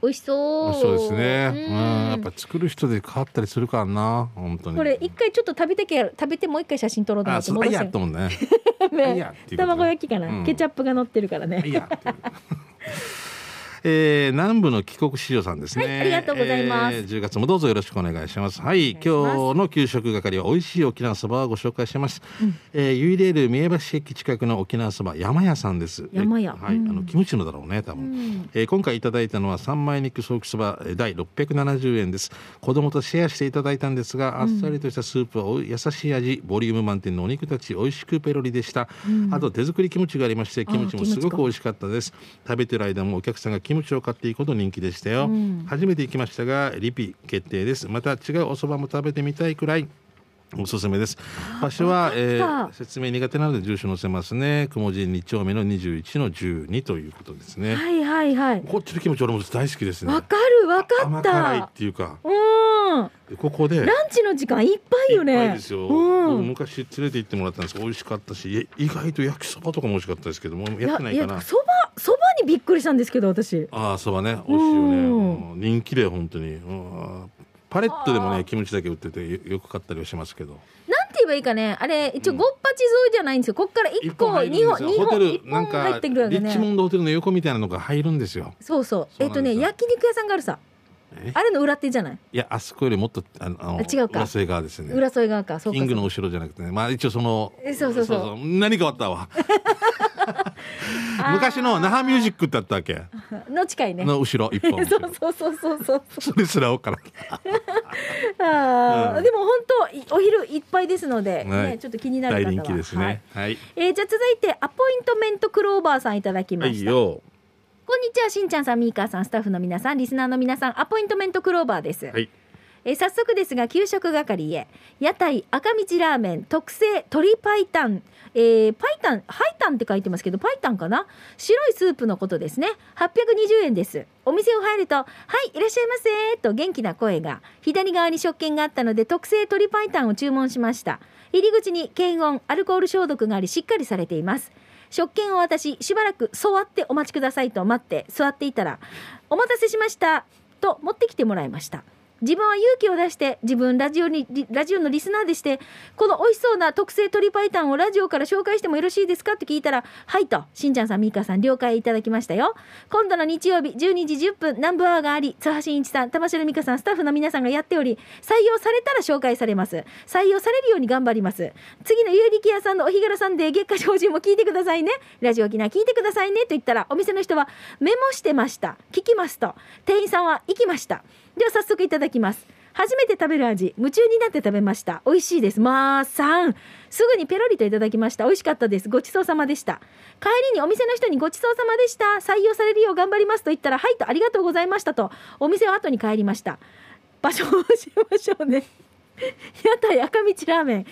美味しそう
美味しそうですねうん
ん
やっぱ作る人で変わったりするからな本当に
これ一回ちょっと食べてけ食べてもう一回写真撮ろうと思
あ
って
そうあい
戻
や
せ
っ
ん
たもんねあいやっていうことね
卵焼きかな、
うん
ケチャップが乗ってるからね
いやっていうえー、南部の帰国子女さんですね、
はいありがとうございます
えー10月もどうぞよろしくお願いしますはい今日の給食係は美味しい沖縄そばをご紹介します、えー、ユイレール三重橋駅近くの沖縄そば山屋さんです
山屋
えーはい、あのキムチのだろうね多分、えー今回いただいたのは三枚肉ソーキそばえー第670円です子供とシェアしていただいたんですがあっさりとしたスープはお優しい味ボリューム満点のお肉たち美味しくペロリでした、あと手作りキムチがありましてキムチもすごく美味しかったです食べてる間もお客さんがキムチを買っていくほど人気でしたよ、初めて行きましたがリピ決定ですまた違うお蕎麦も食べてみたいくらいおすすめです場所は、えー説明苦手なので住所載せますね雲神2丁目の21の12ということですね、
はいはいはい
こっちのキムチ俺も大好きですね
わかるわか
甘
っ
辛いったていうか
うん
ここで
ランチの時間いっぱいよね。
いっぱいですよ、
う
僕
ん。
昔連れて行ってもらったんですけど美味しかったしい意外と焼きそばとかも美味しかったですけどもうやってないかな
そば、そばにびっくりしたんですけど、私。
ああそばね美味しいよね、
うん
うん人気で本当に、うんパレットでもねキムチだけ売っててよよく買ったりはしますけど
なんて言えばいいかね、あれ、一応
うん
ごっぱち沿いじゃないんですよ。こっから一個、
入
二
るん
本
です、よ
二
ホ
本、
テ
一
ルなん
本
か
入ってくるわ
リ
け
ッチモ
ね。
ンドホテルの横みたいなのが入るんですよ
そうそう、
そう
え
なん
っ
です
と
よ
ね、焼肉屋さんがあるさ
え。
あれの裏手じゃない。
いやあそこよりもっとあのあの
あ違うか
裏添え側ですね
裏添え側か、そうか
キン。グの後ろじゃなくてねまあ一応その
えそうそうそう
何かあっ たわ
あー
昔の那覇ミュージックってあったわけ
の近いね。
の後ろ一 本
そうそうそうそうそう。
それすら分からん
あ
う
あ、
ん
でも本当、お昼いっぱいですので、
はい
ね、ちょっと気になる方
大
は。
人気ですねはい
はい。えーじゃあ続いてアポイントメントクローバーさんいただきま
はい
した。
よ
こんにちはしんちゃんさんみーかーさんスタッフの皆さんリスナーの皆さんアポイントメントクローバーです、
はい。
えー早速ですが給食係へ屋台赤道ラーメン特製鶏白湯えー、パイタン、ハイタンって書いてますけど、パイタンかな白いスープのことですね。820円です。お店を入ると、はい、いらっしゃいませと元気な声が、左側に食券があったので、特製鶏白湯を注文しました。入り口に検温、アルコール消毒があり、しっかりされています。食券を渡し、しばらく座ってお待ちくださいと待って、座っていたら、お待たせしましたと持ってきてもらいました。自分は勇気を出して自分ラジオにリラジオのリスナーでしてこの美味しそうな特製鶏白湯をラジオから紹介してもよろしいですかと聞いたら「はい」としんちゃんさんみーかさん了解いただきましたよ今度の日曜日12時10分南部アワーがあり津波真一さん玉城美香さんスタッフの皆さんがやっており採用されたら紹介されます採用されるように頑張ります次の有力屋さんのお日柄さんで月下精進も聞いてくださいねラジオ沖縄聞いてくださいねと言ったらお店の人はメモしてました聞きますと店員さんは行きましたでは早速いただきます初めて食べる味夢中になって食べました美味しいですまーさんすぐにペロリといただきました美味しかったですごちそうさまでした帰りにお店の人にごちそうさまでした採用されるよう頑張りますと言ったらはいとありがとうございましたとお店を後に帰りました場所を教えましょうね 屋台赤道ラーメン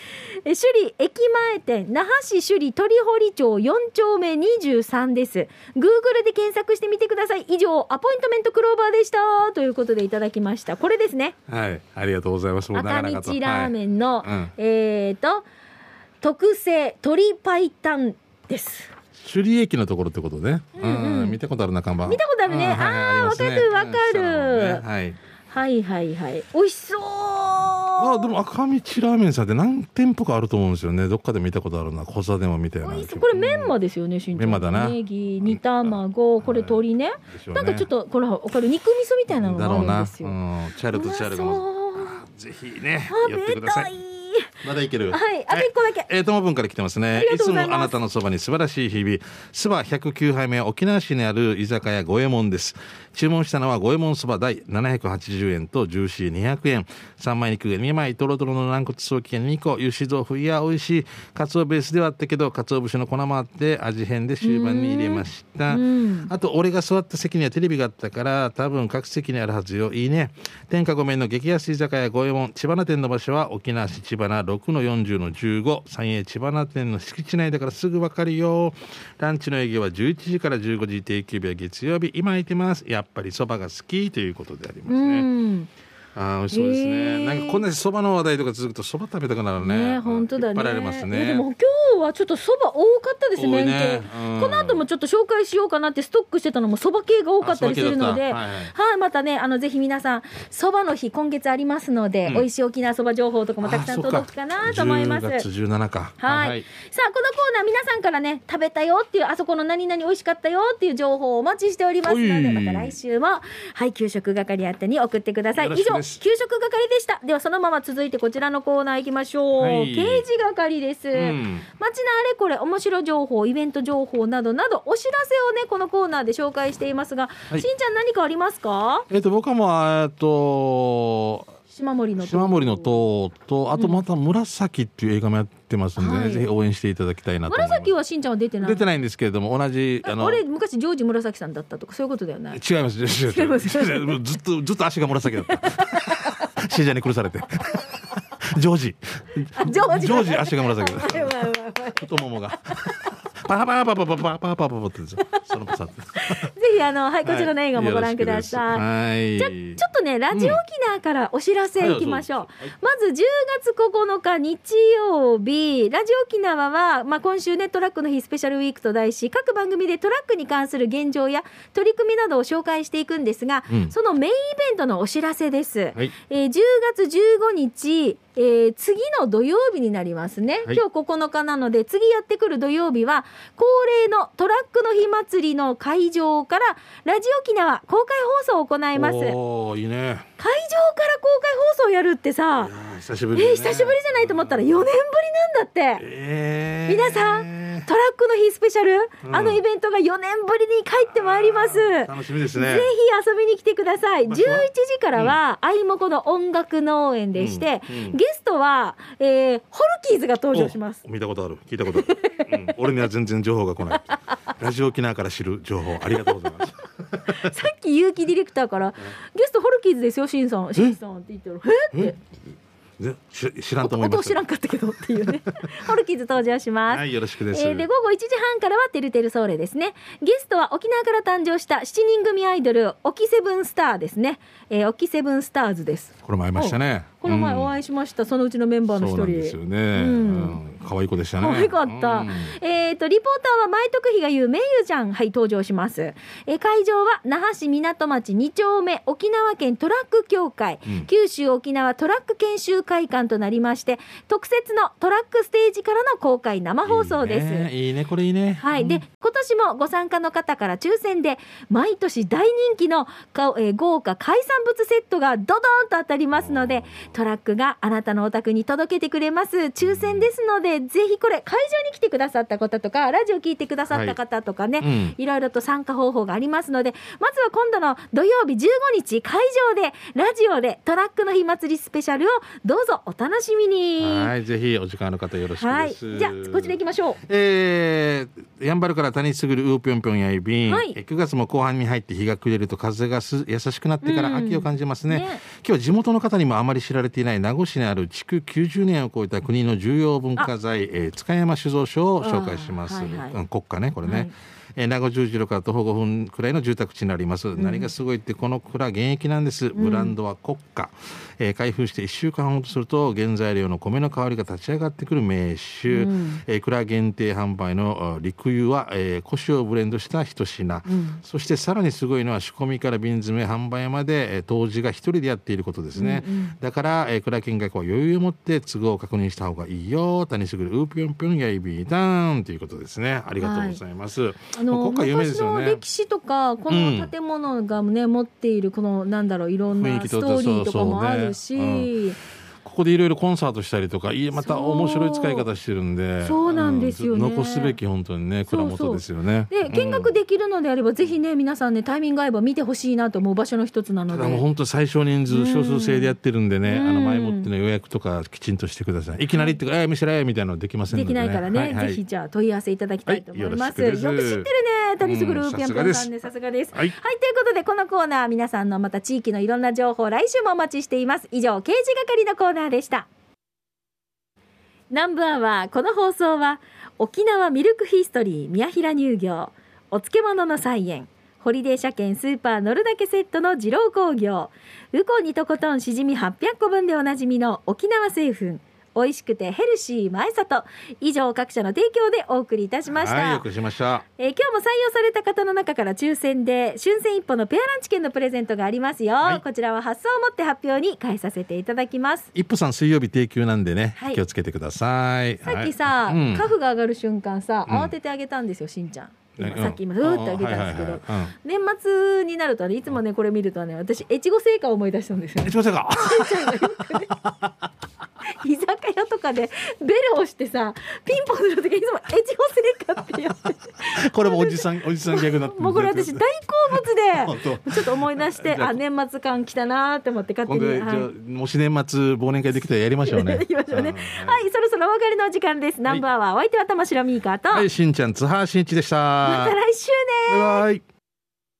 え首里駅前店那覇市首里鳥堀町4丁目23です Google で検索してみてください以上アポイントメントクローバーでしたということでいただきましたこれですね
はい。ありがとうございます。もう
赤
長
道
々と
ラーメ
はい
ンの、
うん
えっ、と特製鶏白湯です
首里駅のところってことね。
ん
う
うん
ん、見たことあるな看板。
見たことあるね
うんはいはい
あー
りますね
わかるわかる
うん下の方ねはい。
はいはいはい美味しそう
あでも赤道ラーメンさんって何店舗かあると思うんですよねどっかで見たことあるな小座でも見たような
美味しそうこれメンマですよねしんちゃん
メンマだな
ネギ煮卵これ鶏ね、
でしょうね
なんかちょっとこれわかる肉味噌みたいなの
だ
が
ろう
あるん
な、
で
うん、
す
チ
よ、
ャルとチャルがも
が
ぜひねやって
食
く
べ
ださ
たい
い まだいける
はいあと一個だけ
えー、ともぶんから来てますね
りが
い
とうご
つも
ざいます
あなたのそばに素晴らしい日々そば109杯目は沖縄市にある居酒屋五右衛門です注文したのは五右衛門そば第780円とジューシー200円三枚肉が2枚とろとろの軟骨ソーキが2個油脂豆腐いや美味しいかつおベースではあったけどかつお節の粉もあって味変で終盤に入れました
うん
あと俺が座った席にはテレビがあったから多分各席にあるはずよいいね天下御免の激安居酒屋五右衛門千葉店の場所は沖縄市千葉な6の40の15三栄千葉店の敷地内だからすぐ分かるよランチの営業は11時から15時定休日は月曜日今空いてますやっぱりそばが好きということでありま
う
すね、
ん
ああ美味しそうですね、
えー
なんかこんなにそばの話題とか続くとそば食べたくなるね
ね本当だね
いっぱいありま
い
す
や
ね
でも今日はちょっとそば多かったです
多
ね
いね
麺系
うん
この後もちょっと紹介しようかなってストックしてたのもそば系が多かったりするので、
あ
はい
蕎麦系だったはいはい
またねあのぜひ皆さんそばの日今月ありますので、美味しい沖縄そば情報とかもたくさん届くかなと思います
あそっか10月17か
はい、さあこのコーナー皆さんからね食べたよっていうあそこの何々美味しかったよっていう情報をお待ちしておりますの
は
で
い
また来週もはい給食係宛てに送ってください
よろ
以
しく
上給
です
食係でしたではそのまま続いてこちらのコーナー行きましょう、
はい
刑事係です、
ん
街のあれこれ面白情報イベント情報などなどお知らせをねこのコーナーで紹介していますが、
はい
しんちゃん何かありますか
えっと僕はもうえっと
島森の
島森の塔とあとまた「紫」っていう映画もやってますんでね、
はい
ぜひ応援していただきたいなと思います
紫はしんちゃんは出てない
出てないんですけれども同じあの
俺昔ジョージ紫さんだったとかそういうことだよね
違います違
違いま
いますす違うもうずっとずっと足が紫だった信者に殺されてジョージ
あジョージ
ジョージ足が紫だっ
はいはいはいはい
た太ももがパパパパパパパパパパパってその子さ
ぜひあの、はい、こちらの映画もご覧ください。
はい
じゃあ
よろしくですはい
ちょっとねラジオ沖縄からお知らせいきましょう、
はい
まず10月9日日曜日ラジオ沖縄は、まあ、今週ねトラックの日スペシャルウィークと題し各番組でトラックに関する現状や取り組みなどを紹介していくんですが、
うん
そのメインイベントのお知らせです、
はい
えー10月15日、えー次の土曜日になりますね、
はい
今日9日なので次やってくる土曜日は恒例のトラックの日祭りの会場からラジオ沖縄公開放送を行います会場から
おーいいね
公開放送やるってさ
いやー久しぶ
え
り、
ー
ね
久しぶりじゃないと思ったら4年ぶりなんだって
えー
皆さトラックの日スペシャル、
うん
あのイベントが4年ぶりに帰ってまいります
楽しみですね
ぜひ遊びに来てください。11
場
時
所は
からは、あいもこの音楽農園でして、
うんうん
ゲストは、えーホルキーズが登場します。
お見たことある聞いた ことある、うん、俺には全然情報が来ないラジオ沖縄から知る情報ありがとうございます
さっき結城ディレクターから「ゲストホルキーズですよしんさんしんさん」って言ったら「えっ?」って
ぜし知らんと思いま
音
す
知らんかったけどって いうねホルキーズ登場します、
はいよろしくです、
えーで午後1時半からは「てるてるソーレ」ですねゲストは沖縄から誕生した7人組アイドル沖セブンスターですね、えー、沖セブンスターズです
これも会いましたね
おこの前
うん
お会いしました、そのうちのメンバーの一
そう
人
なんですよね、うん可愛い子でしたね
可愛かった。
うん
えっ、と、リポーターは前徳比が言うめゆちゃん、はい、登場します。えー会場は那覇市港町2丁目沖縄県トラック協会、
うん
九州沖縄トラック研修会館となりまして、特設のトラックステージからの公開生放送です。
いいねいいねこれいいね
はい、で今年もご参加の方から抽選で毎年大人気のか、えー豪華海産物セットがドドンと当たりますのでトラックがあなたのお宅に届けてくれます抽選ですのでぜひこれ会場に来てくださった方とかラジオ聞いてくださった方とかね、
はい
い
うん
ろいろと参加方法がありますのでまずは今度の土曜日15日会場でラジオでトラックの日祭りスペシャルをどうぞお楽しみに。
はい、ぜひお時間の方よろしく
は
で
い、
す。
じゃあこちら行きましょう。
えー、やんばるから谷すぐるうーぴょんぴょんやいびん、
はい
えー9月も後半に入って日が暮れると風がす優しくなってから秋を感じますね,、
うんね
今日は地元の方にもあまり知られていない名護市にある築90年を超えた国の重要文化財、えー塚山酒造所を紹介します、
あーはいはい
うん国家ねこれね、
はい
えー名護十字路から徒歩5分くらいの住宅地になります、何がすごいってこの蔵現役なんですブランドは国家、えー開封して1週間ほどすると原材料の米の香りが立ち上がってくる名酒、えー蔵限定販売のあ陸湯は、えー、胡椒をブレンドした一品、そしてさらにすごいのは仕込みから瓶詰め販売まで、えー、杜氏が一人でやっていることですね、だから、えー、蔵見学は余裕を持って都合を確認した方がいいよ谷すぐるうーぴょんぴょんやいびーたんということですねありがとうございます、
あの
国家有名で
昔
すよ
の
ね
歴史とかこの建物がね、持っているこのなんだろういろん
雰囲
な
気
ス
と
トーリーとかもあるし
そ
そうう,、
そうここでいろいろコンサートしたりとかいいまた
そう
面白い使い方してるんで
そうなんですよね
うん残すべき本当にね蔵元ですよね
で見学できるのであれば、ぜひね皆さんねタイミング合えば見てほしいなと思う場所の一つなので
ただもう本当最小人数少数制でやってるんでね、
うん
あの前もっての予約とかきちんとしてくださいいきなりって「えー見せろよ」みたいなのできませんの
で
で、
き
ね、
ないからね、
はいはい
ぜひじゃあ問い合わせいただきたいと思います、
はいよ
よ
ろ
く知っ
しくです
てるね谷すぐ
う
る
ん
ぴょんぴょんさんねさすがです
はい
ということでこのコーナー皆さんのまた地域のいろんな情報来週もお待ちしています以上刑事係のコーナーでした南部アワーこの放送は沖縄ミルクヒストリー宮平乳業お漬物の菜園ホリデー車検スーパー乗るだけセットの二郎工業ウコンにとことんしじみ800個分でおなじみの沖縄製粉美味しくてヘルシー前里以上各社の提供でお送りいたしました、
はいよくしました
えー今日も採用された方の中から抽選で春戦一歩のペアランチ券のプレゼントがありますよ、
はい
こちらは発送をもって発表に返させていただきます
一歩さん水曜日定休なんでね、
はい
気をつけてください
さっきさ、
はいうん
カフが上がる瞬間さ
うん
慌ててあげたんですよ、しんちゃん今
うん
さっき今ふーってあげたんですけど、
はいはいはい
年末になるとねいつもねこれ見るとね私越後製菓を思い出したんですよ
うん、一歩さんが
居酒屋とかでベルを押してさピンポンする時いつも越後製菓ってやってて
これもお じさんおじさん逆になって
もうこれ私大好物
本
でちょっと思い出して
じゃあ
あ年末感来たなーって思って勝
今
手
度
に、
じゃあ、
はい
もし年末忘年会できたらやりましょうね
いきましょうね。
ん
はい、そろそろお別れのお時間です。ナンバーはお相手は玉城ミーカーと、
はい、しんちゃん津波しんいちでした
また来週ね
バイバイ